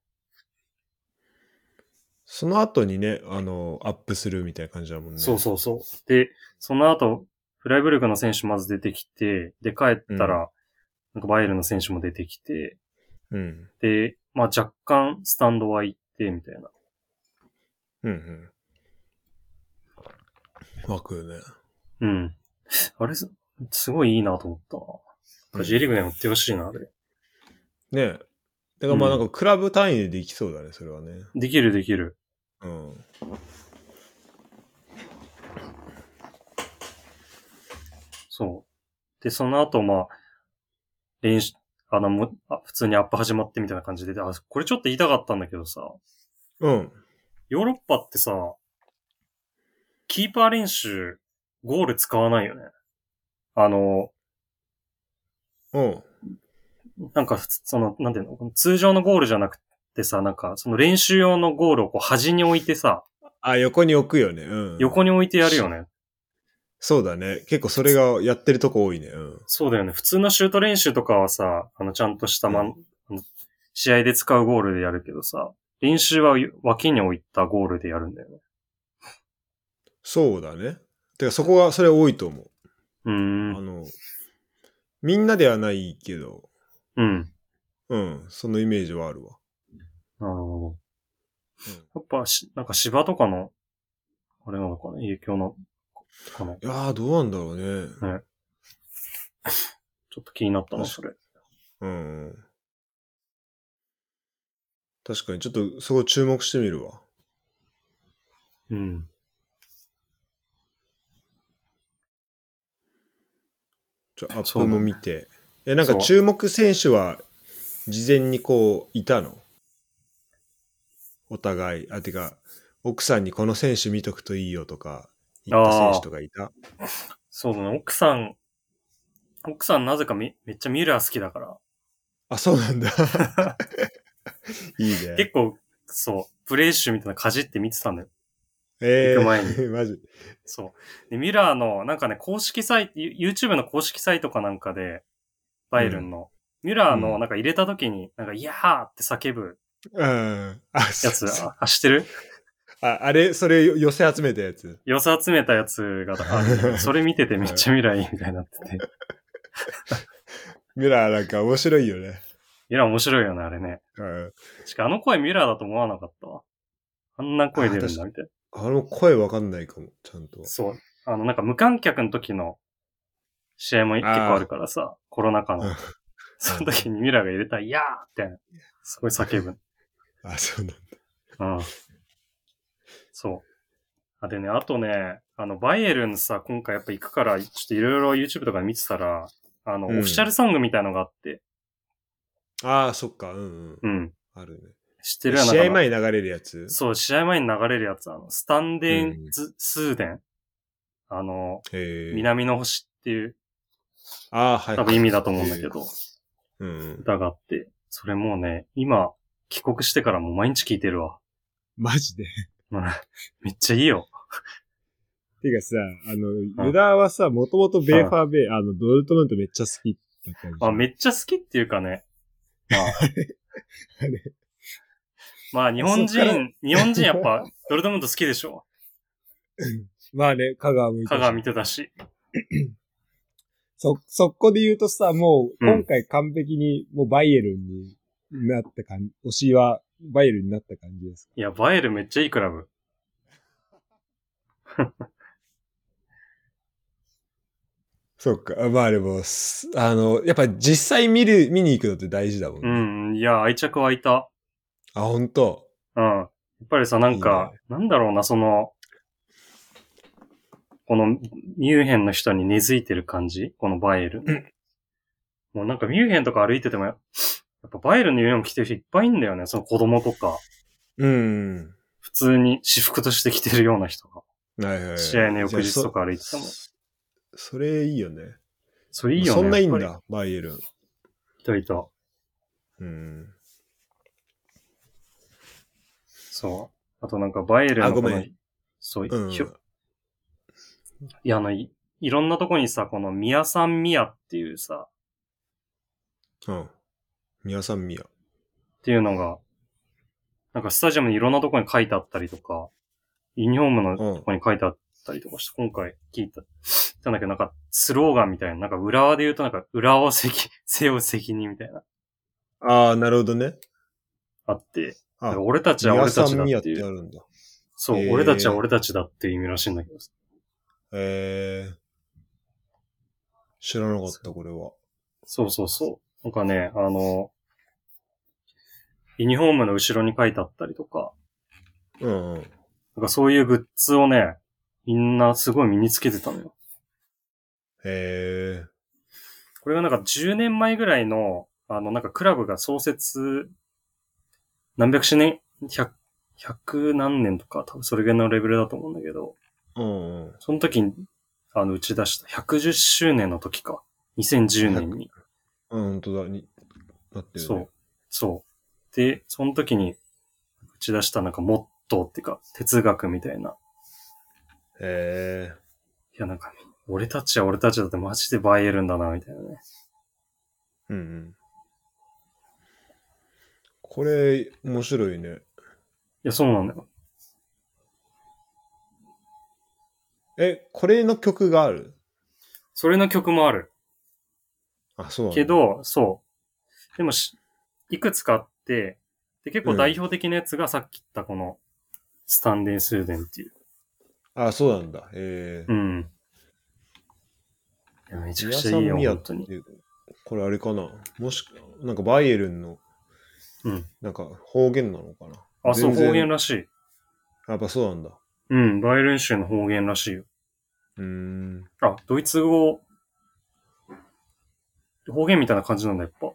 その後にね、あの、アップするみたいな感じだもんね。
そうそうそう。で、その後、フライブルクの選手まず出てきて、で、帰ったら、なんかバイエルンの選手も出てきて、
う。うん。
で、まあ若干スタンドは行って、みたいな。
うんうん。湧くよね。
うん。あれす、すごいいいなと思ったな。これ J リーグでも売ってほしいな、あれ。
ねえ。だからまあ
う
なんんかクラブ単位でできそうだね、それはね。
できるできる。
うん。
そう。で、その後、まあ、練習、あの、もあ普通にアップ始まってみたいな感じで、であ、これちょっと言いたかったんだけどさ、
うん。
ヨーロッパってさ、キーパー練習、ゴール使わないよね。あの、
うん。
なんかふつ、その、なんていうの、通常のゴールじゃなくてさ、なんか、その練習用のゴールをこう端に置いてさ、
あ、横に置くよね。うん。
横に置いてやるよね。
そうだね。結構それがやってるとこ多いね。うん。
そうだよね。普通のシュート練習とかはさ、あの、ちゃんとしたまん、
うん
あの試合で使うゴールでやるけどさ、練習は脇に置いたゴールでやるんだよね。
そうだね。てかそこが、それ多いと思う。
うー
あ
ん。
の、みんなではないけど、
うん。
うん。そのイメージはあるわ。
なるほ
うん
ど。やっぱし、なんか芝とかの、あれなのかな影響なのかなち
いやー、どうなんだろうね。
ょっと気になったな、
確
それ。
うんうん。確かに、ちょっとそこ注目してみるわ。
うん。
ちょアッ
[LAUGHS] そうな
プ
んだ
も見て。え、なんか
そう
注目選手は事前にこう、いたのお互い。あ、てか、奥さんにこの選手見とくといいよとか、言った選手とかいた
そうだね。奥さん、奥さんなぜかめめっちゃミュラー好きだから、
あ、そうなんだ。
[LAUGHS]
いいね
結。構、そう、プレイ集みたいなのかじって見てたんだよ。
え
行く前
ー、 [LAUGHS] マジ。
そう。で、ミュラーの、なんかね、公式サイト、ユ YouTube の公式サイトかなんかで、バイエルンの、ミュラー
う
の、
ん
なんか入れた時に、なんか、いやーって叫ぶ
うん。あ、
や
そ
つ、
そ
あ、あ知ってる
ああれ、それ寄せ集めたやつ。
寄せ集めたやつがあるんだ
[LAUGHS]
けど、それ見ててめっちゃミュラーいいみたいになってて。
ミラーなんか面白いよね。
ミュラー面白いよね、あれね。
うん。
しかもあの声ミュラーだと思わなかったわ。あんな声出るんだ、みたいな。
あれも声わかんないかも、ちゃんと。
そう。あの、なんか無観客の時の試合も結構あるからさ、コロナ禍
う
の
ん。
その時にミラーが入れたら、いやーって、すごい叫ぶ。
[LAUGHS] あ、そうなんだ。
うん。そう。あ、でね、あとね、あの、バイエルンさ、今回やっぱ行くから、ちょっといろいろ YouTube とかで見てたら、あの、
うん
オフィシャルソングみたいのがあって、
ああ、そっか、うんうん。
うん。
あるね。
知ってるよな
試合前に流れるやつ
そう、試合前に流れるやつ、あの、スタンデー
うん
ズ、スーデン。あの、
へえ。
南の星っていう、
ああ、はい。
多分意味だと思うんだけ
へ
ど、
え。うんうん。
歌があって、それもうね、今、帰国してからもう毎日聴いてるわ。[LAUGHS]
マジで。
うんめっちゃいいよ。
てかさ、あの、ユダはさ、もともとベーファーベイ、あの、ドルトムントめっちゃ好きだったん
あ、めっちゃ好きっていうかね。
[LAUGHS]
まあ、
あれ
まあ日本
そっから
人、日本人やっぱ、ドルトムント好きでし
[LAUGHS]
ょ。
まあね、香川向いて
香川見てたし。
そ、そこで言うとさ、もう、
うん
今回完璧に、もうバイエルンになった感じ、推しはバイエルンになった感じですか。
いや、バイエルめっちゃいいクラブ。
そっか。まあでも、すあの、やっぱ実際見る、見に行くのって大事だもん
う
ね。
ん、いや、愛着湧いた。
あ、本当
うん。やっぱりさ、なんか、なんだろうな、その、このミュンヘンの人に根付いてる感じこのバイエルンの。もうなんかミュンヘンとか歩いてても、やっぱバイエルンのユニフォーム着てる人いっぱいいんだよね。その子供とか、
うん。
普通に私服として着てるような人が。
はいはいはい。
試合の翌日とか歩いてた
そ
もん。
それいいよね。
それいいよね。
そんないいん
やっぱ
だ、バイエルン。
り。いたいた。
うん。
そう。あとなんかバイエルンのこの
あごめん
そう、
うん
ひょいや、あの、いいろんなとこにさ、このミヤさんミヤっていうさ、
うん。宮さん宮。
っていうのが、なんかスタジアムにいろんなとこに書いてあったりとか、ユニフォームの
うん
とこに書いてあったりとかして、今回聞いた、聞いたんだけど、なんかスローガンみたいな、なんか裏で言うとなんか、裏を責、 [LAUGHS] 背負う責任みたいな、
ああ、なるほどね。
あって、
あ
なんか俺たちは
宮
俺
さ
たち
ん
だっ
宮ってて
い
あ
う。
るんだ。
そう、
へー
俺たちは俺たちだっていう意味らしいんだけどさ
ええー。知らなかった、これは。
そうそうそう。なんかね、あの、ユニフォームの後ろに書いてあったりとか、
うんうん。
なんかそういうグッズをね、みんなすごい身につけてたのよ。
へえ。
これがなんか10年前ぐらいの、あの、なんかクラブが創設、何百周年、100、100何年とか、多分それぐらいのレベルだと思うんだけど、
うんうん。
その時に、あの、打ち出した110周年の時か。2010年に。
うん、本当だ。に、なってる、ね。
そう。。そう。で、その時に打ち出したなんかモットーっていうか、哲学みたいな。
へえ。
いや、なんか、俺たちは俺たちだってマジでバイエルンだな、みたいなね。
うんうん。これ、面白いね。
いや、そうなんだよ。
え、これの曲がある
それの曲もある。
あ、そうなんだ
け、ど、そう。でもし、いくつかあって、で、結構代表的なやつがさっき言ったこの、スタンデン・スーデンっていう。
あ、そうなんだ。へえ
う。ん。いや、めちゃく
宮
ち
さ
ゃいいよ、
ん宮っ
本当
て
に。
いうこれあれかなもし、なんかバイエルンの、
うん。
なんか方言なのかな
あ、そう、
全然
方言らしい。
やっぱそうなんだ。
うん、バイエルン州の方言らしいよ。
うーん。
あ、ドイツ語、方言みたいな感じなんだ、やっぱ。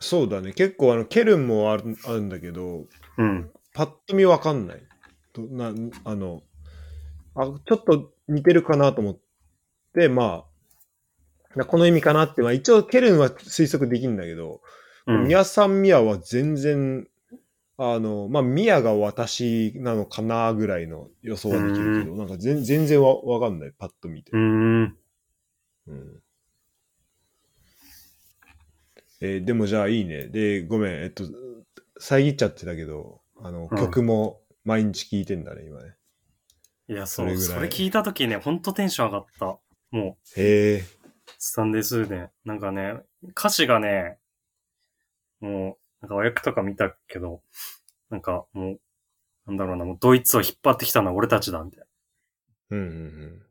そうだね。結構、あの、ケルンもあるあるんだけど、
うん。
パッと見わかんない。どなあのあ、ちょっと似てるかなと思って、まあ、なこの意味かなって、まあ一応ケルンは推測できるんだけど、
うん
ミ。ヤさんミヤは全然、あの、まあミヤが私なのかなぐらいの予想はできるけど、なんか全全然わわかんない、パッと見て
う。ーん。
うんえーでもじゃあいいね。で、ごめん、えっと、遮っちゃってたけど、あの、
うん
曲も毎日聴いてんだね、今ね。
いや、そ、
そうれぐらい
それ聞いたときね、ほんとテンション上がった。もう、
へえ。
スタンデースーデン。なんかね、歌詞がね、もう、なんか和訳とか見たけど、なんかもう、なんだろうな、もうドイツを引っ張ってきたのは俺たちだ、みたいな。
うんうんうん。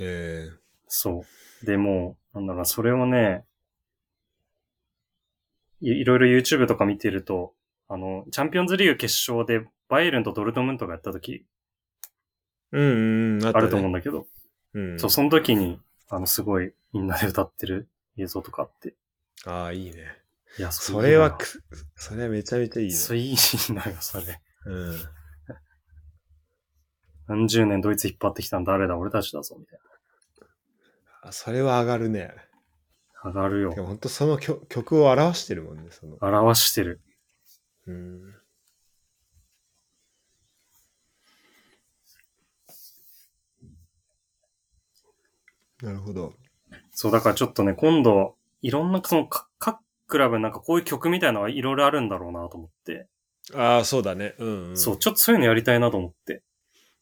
え
そう。で、もう、なんだろうな、それをね、いいろいろ YouTube とか見てると、あの、チャンピオンズリーグ決勝で、バイエルンとドルトムントがやった時、
えうんうんうん。あ
あると思うん
う。
だけど、
うん。
そう、その時に、あの、すごい、みんなで歌ってる映像とかあって。
ああ、いいね。
いや、
それは
く
く、それはめちゃめちゃいいね。
それいいなよ、それ。
うん。
何十年ドイツ引っ張ってきたの誰だ、俺たちだぞ、みたい
あそれは上がるね。
な。上がるよ
で。も本当その曲曲を表してるもんね、その。
表してる。
うん。なるほど。
そう、だからちょっとね、今度、いろんな、その、か各クラブなんかこういう曲みたいなのはいろいろあるんだろうなと思って、
ああ、そうだね。うん、うん。
そう、。ちょっとそういうのやりたいなと思って。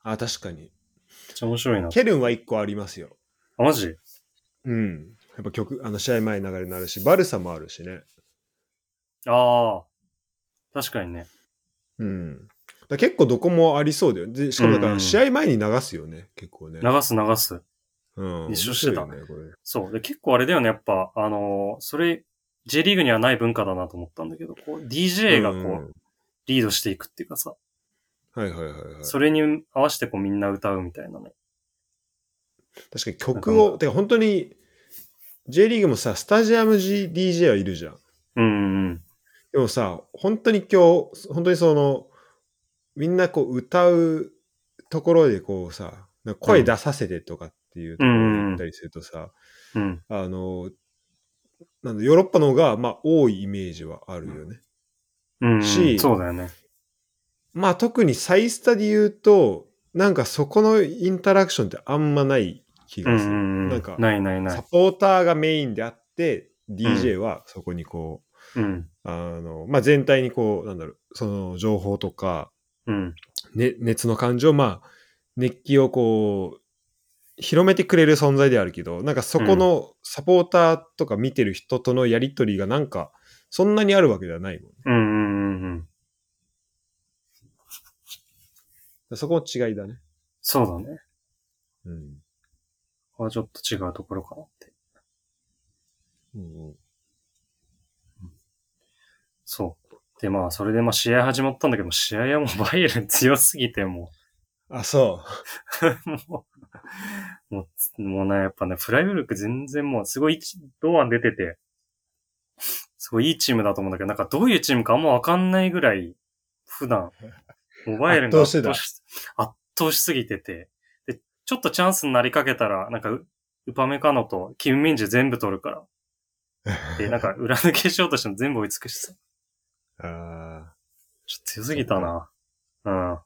あ確かに。
めっちゃ面白いな。
ケルンは一個ありますよ。
あ、マジ
うん。やっぱ曲、あの、試合前に流れになるし、バルサもあるしね。
ああ。確かにね。
うん。だから結構どこもありそうだよ。でしかもだか
うんう
ら
ん
試合前に流すよね、結構ね。
流す流す。
うん。
一緒してた
面白いよね、
そう。で、結構あれだよね、やっぱ、あのーそれ、J リーグにはない文化だなと思ったんだけど、こう、
これ。
DJ がこう、リードしていくっていうかさ、
うん。はいはいはいはい。
それに合わせてこう、みんな歌うみたいなね。
確かに曲を、てか本当に、J リーグもさ、スタジアム G DJ はいるじゃん。
うんうん
でもさ、本当に今日、本当にその、みんなこう歌うところでこうさ、なんか声出させてとかっていうところに行ったりするとさ、
うん。うん。
あの、なんだヨーロッパの方が、まあ、多いイメージはあるよね。
うん、うん。
し
そうだよね。
まあ、特にサイスタで言うと、なんかそこのインタラクションってあんまない
う
気
ん
が
う
する。
んうん。
なんか、
ないないな
サ
い。
ポーターがメインであって、DJ はそこにこう、
うん。
あの、まあ、全体にこう、なんだろう、その情報とか、
うん。
ね、熱の感情、まあ、熱気をこう、広めてくれる存在ではあるけど、なんかそこのサポーターとか見てる人とのやりとりがなんか、そんなにあるわけではないもんね。
うんうんうんうん。
そこの違いだね。
そうだね。
うん。
ここはちょっと違うところかなって。
うんうん
そう。で、まあ、それでまあ、試合始まったんだけど、試合はもう [LAUGHS] バイエルン強すぎて、もう、
あ、そ
もう、もう、もうね、やっぱね、フライブルク全然もう、すごい、堂安出てて、すごいいいチームだと思うんだけど、なんかどういうチームかあんまわかんないぐらい、普段、モバイルンが
圧倒
し圧倒しすぎてて、で、ちょっとチャンスになりかけたら、なんかウ、ウパメカノとキムミンジェ全部取るから。
う。
で、なんか、裏抜けしようとしても全部追いつくしさ。
あ
ちょっと強すぎたな。うん。
ー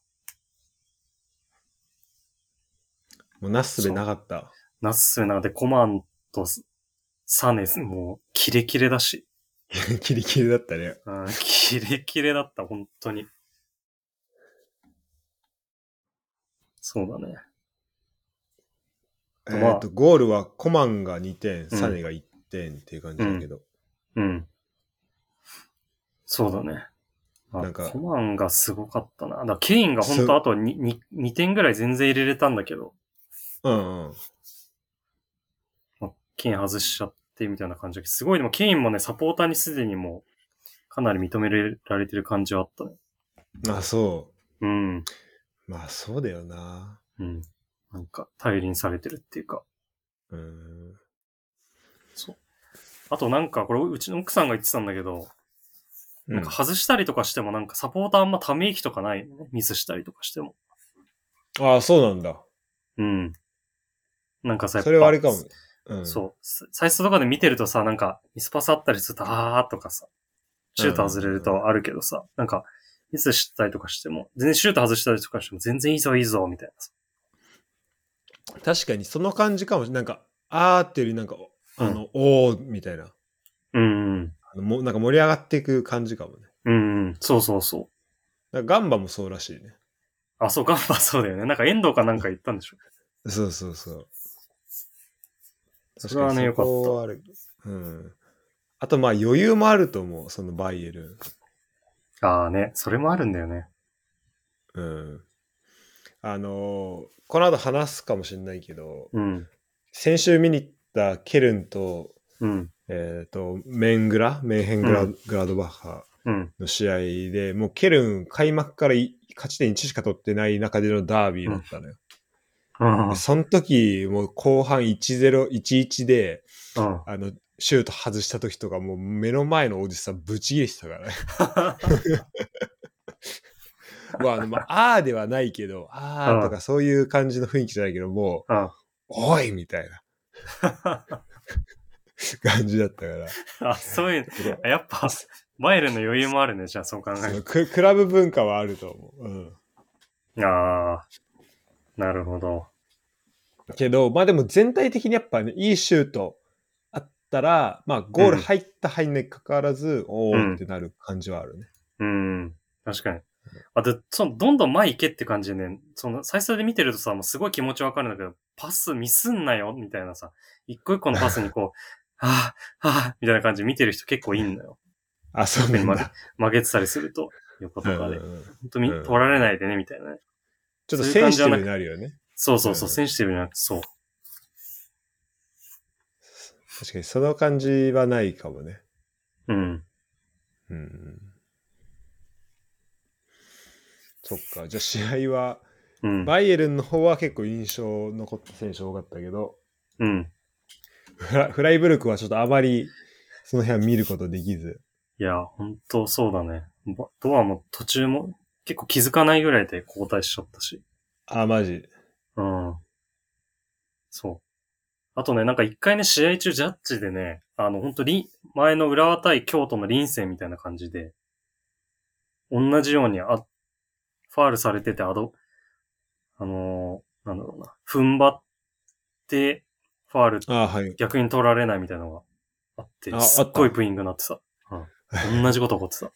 もうなすすべなか [LAUGHS] った。
ナッスなで、コマンとサネス、もう、キレキレだし。
キリキリだったね。
うん、 [LAUGHS] キレキレだった、本当に。そうだね。
え
まあ
ーと、ゴールはコマンが2点、サネが1点っていう感じだけど。
うん。そうだね。あ
なんか
コマンがすごかったな。だからケインが本当あと 2, 2, 2点ぐらい全然入れれたんだけど、
うんうん。
まあケイン外しちゃってみたいな感じだけど、すごいでもケインもね、サポーターにすでにもう、かなり認められてる感じはあったね。
あ、そ
うん。
う。まあ、そうだよな。
うん。なんか、頼りにされてるっていうか。
うん。
そう。あとなんか、これ、うちの奥さんが言ってたんだけど、なんか外したりとかしても、なんかサポーターあんまため息とかない、ね。ミスしたりとかしても。
ああ、そうなんだ。
うん。なんかさ、やっぱ
それはあれかも。。うん、
そう。最初とかで見てるとさ、なんか、ミスパスあったりすると、あーとかさ、シュート外れるとあるけどさ、なんか、ミスしたりとかしても、全然シュート外したりとかしても、全然いいぞいいぞ、みたいなさ。
確かにその感じかもしれない。なんか、あーっていうよりなんか、おあの、おーみたいな。
うんうん。
あのもなんか盛り上がっていく感じかもね。
うんうん。そうそうそう。
なんかガンバもそうらしいね。
あ、そう、ガンバそうだよね。なんか遠藤かなんか言ったんでしょ。
そうそうそう。
それはね、よか
確
っ
にそこ
た。
はあるうん。あとまあ余裕もあると思う、そのバイエルン。
ああね、それもあるんだよね。
うん。あのーこの後話すかもしれないけど、
うん。
先週見に行ったケルンと、
うん。
えっ、と、メングラ、メンヘングラ,、
うん
グラドバッハ
うん。
の試合で、もうケルン開幕からい勝ち点1しか取ってない中でのダービーだったのよ。
[LAUGHS] うん。
その時、もう後半1-0、1-1で、
うん。
あの、シュート外した時とか、もう目の前のおじさんぶち切れてたからね。 [LAUGHS] まあ、あの、まあ、あーではないけど、あーとかそういう感じの雰囲気じゃないけど、もう、
あ
おいみたいな感じだった [LAUGHS] から。
あ、そういう、やっぱ、バイエルンの余裕もあるね、じゃあ、そう考
そ
え
のククラブ文化はあると思う。うん。
る。ああ、なるほど。
けど、まあでも全体的にやっぱね、いいシュートあったら、まあゴール入った入んないかかわらず、おーってなる感じはあるね。
うん、確かに。あと、その、どんどん前行けって感じでね、その、最初で見てるとさ、もうすごい気持ちわかるんだけど、パスミスんなよ、みたいなさ、一個一個のパスにこう、 [LAUGHS] ああ、ああ、みたいな感じで見てる人結構いいんだよ。
あ、そうなんだ。
曲げてたりすると、横とか
うん
で。
うんうん
本当に
うん
取られないでね、みたいなね。
ちょっとセンシティブになるよね。
そうそうそう、
うん
センシティブになって、そう。
確かにその感じはないかもね。
うん。
うんうん。そっか。じゃあ試合は、
うん。
バイエルンの方は結構印象残った選手多かったけど、
うん。
フラフライブルクはちょっとあまりその辺は見ることできず。
いや、本当そうだね。ばドアも途中も結構気づかないぐらいで交代しちゃったし。
あ、マジ。
うん。そう。あとね、なんか一回ね、試合中ジャッジでね、あの、本当に、前の浦和対京都の臨戦みたいな感じで、同じようにあ、ファールされてて、アド、あのーなんだろうな、踏ん張って、ファール
あ、はい。
逆に取られないみたいなのがあって、
あ
すっご
あ
い
った
ブーイングになってた。うん。同じこと起こっ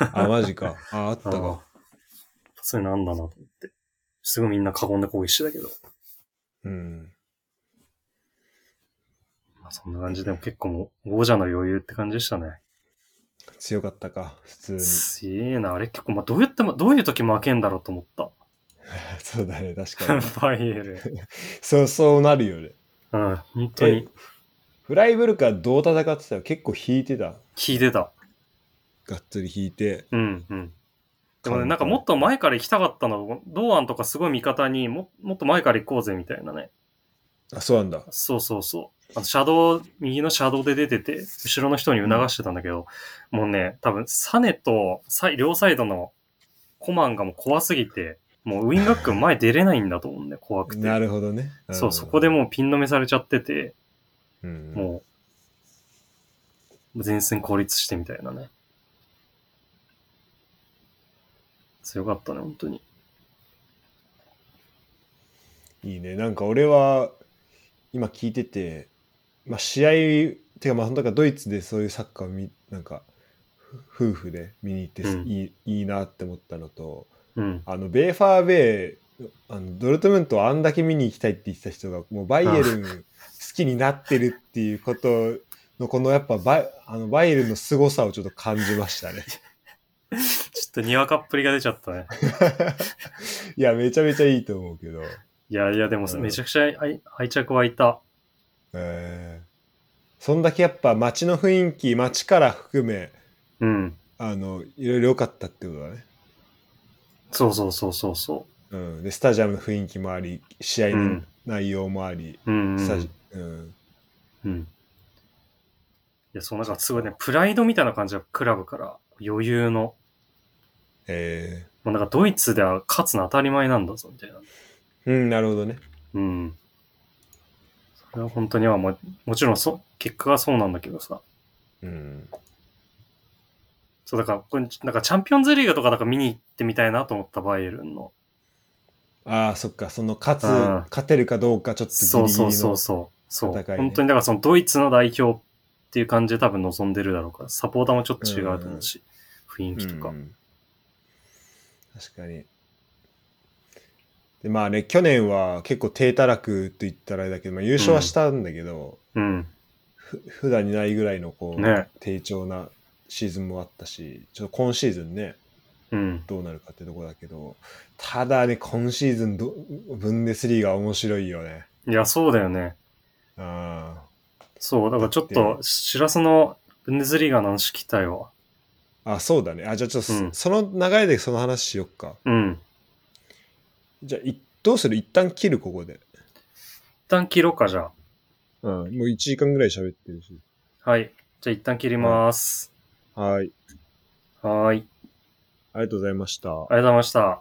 てた。
あ、マジか。あ、 [LAUGHS] あった
うん
か。
そういうのあんだなと思って。すぐみんな囲んで攻撃してたけど。
うん。
まあ、そんな感じでも結構もう、王者の余裕って感じでしたね。
強かったか、普通に。
すげえな。あれ結構、まあ、どうやっても、どういう時負けんだろうと思
[LAUGHS]
った。
そうだね、確かに。 [LAUGHS]
バイエルン。
そう、そうなるよね。
うん、本当に。
フライブルクはどう戦ってたよ。結構引いてた。
聞いてた。
がっつり引いて。
うん、うん。でもね、なんかもっと前から行きたかったの。堂安とかすごい味方にも、もっと前から行こうぜみたいなね。
あ、そうなんだ。
そうそうそう。あの、シャドウ、右のシャドウで出てて、後ろの人に促してたんだけど、もうね、多分、サネと、サイ両サイドのコマンがもう怖すぎて、もうウィンガック前出れないんだと思うんだよ、怖くて。
なるほどね。
そう、そこで
も、
もうピン止めされちゃってて、
うん
もう、前線孤立してみたいなね。強かったね、本当に。
いいね。なんか俺は、今聞いてて、まあ試合、てかまあ本当かドイツでそういうサッカーを見、なんか、ふ夫婦で見に行って
うん
いい,、いいなって思ったのと、
うん。
あの、ベーファーベイ、あのドルトムントをあんだけ見に行きたいって言ってた人が、もうバイエルン好きになってるっていうことの、このやっぱバイあのバイエルンの凄さをちょっと感じましたね。
ちょっとにわかっぷりが出ちゃったね。
いや、めちゃめちゃいいと思うけど。
いやいや、でも
うん
めちゃくちゃ愛愛着湧いた。
えー、そんだけやっぱ街の雰囲気街から含め
うん。
あのいろいろ良かったってことだね、
そうそうそうそうそ
うん、でスタジアムの雰囲気もあり試合
う
の
ん
内容もあり、
う。うん、う
スタ
ん
ジ。うん、
うん。いや、そう、なんかすごいね、プライドみたいな感じがクラブから余裕の、
え
もうなんかドイツでは勝つの当たり前なんだぞ、みたいな。
ー、うんなるほどね
うん。それは本当にはもう、もちろんそ、結果がそうなんだけどさ。
うん
そう、だから、これなんかチャンピオンズリーグとかなんか見に行ってみたいなと思った、バイエルンの。
ああそっかその勝つ
うん
勝てるかどうかちょっとギリギリ
そう
の
そうそうそう。そう、
戦いね
本当にだからそのドイツの代表っていう感じで多分望んでるだろうから、サポーターもちょっと違うと思うし、雰囲気とか。
ん確かにでまあね去年は結構低たらくと言ったらあれだけど、まあ、優勝はしたんだけど、
うん。
ふ普段にないぐらいのこう、
ね
低調なシーズンもあったしちょっと今シーズンね
うん。
どうなるかってとこだけど、ただね、今シーズンど、ブンデスリーが面白いよね。
いや、そうだよね。
あ
そう、だからちょっと、しらすのブンデスリーガーの話聞きたいわ。
あ、そうだね。あ、じゃあちょっとそ、
うん
その流れでその話しよっか。
うん。
じゃあ、いどうする一旦切る、ここで。
一旦切ろうか、じゃ
うん。もう1時間ぐらい喋ってるし。
あ。はい。じゃあ一旦切ります。
はい。
はーい。
ありがとうございました。
ありがとうございました。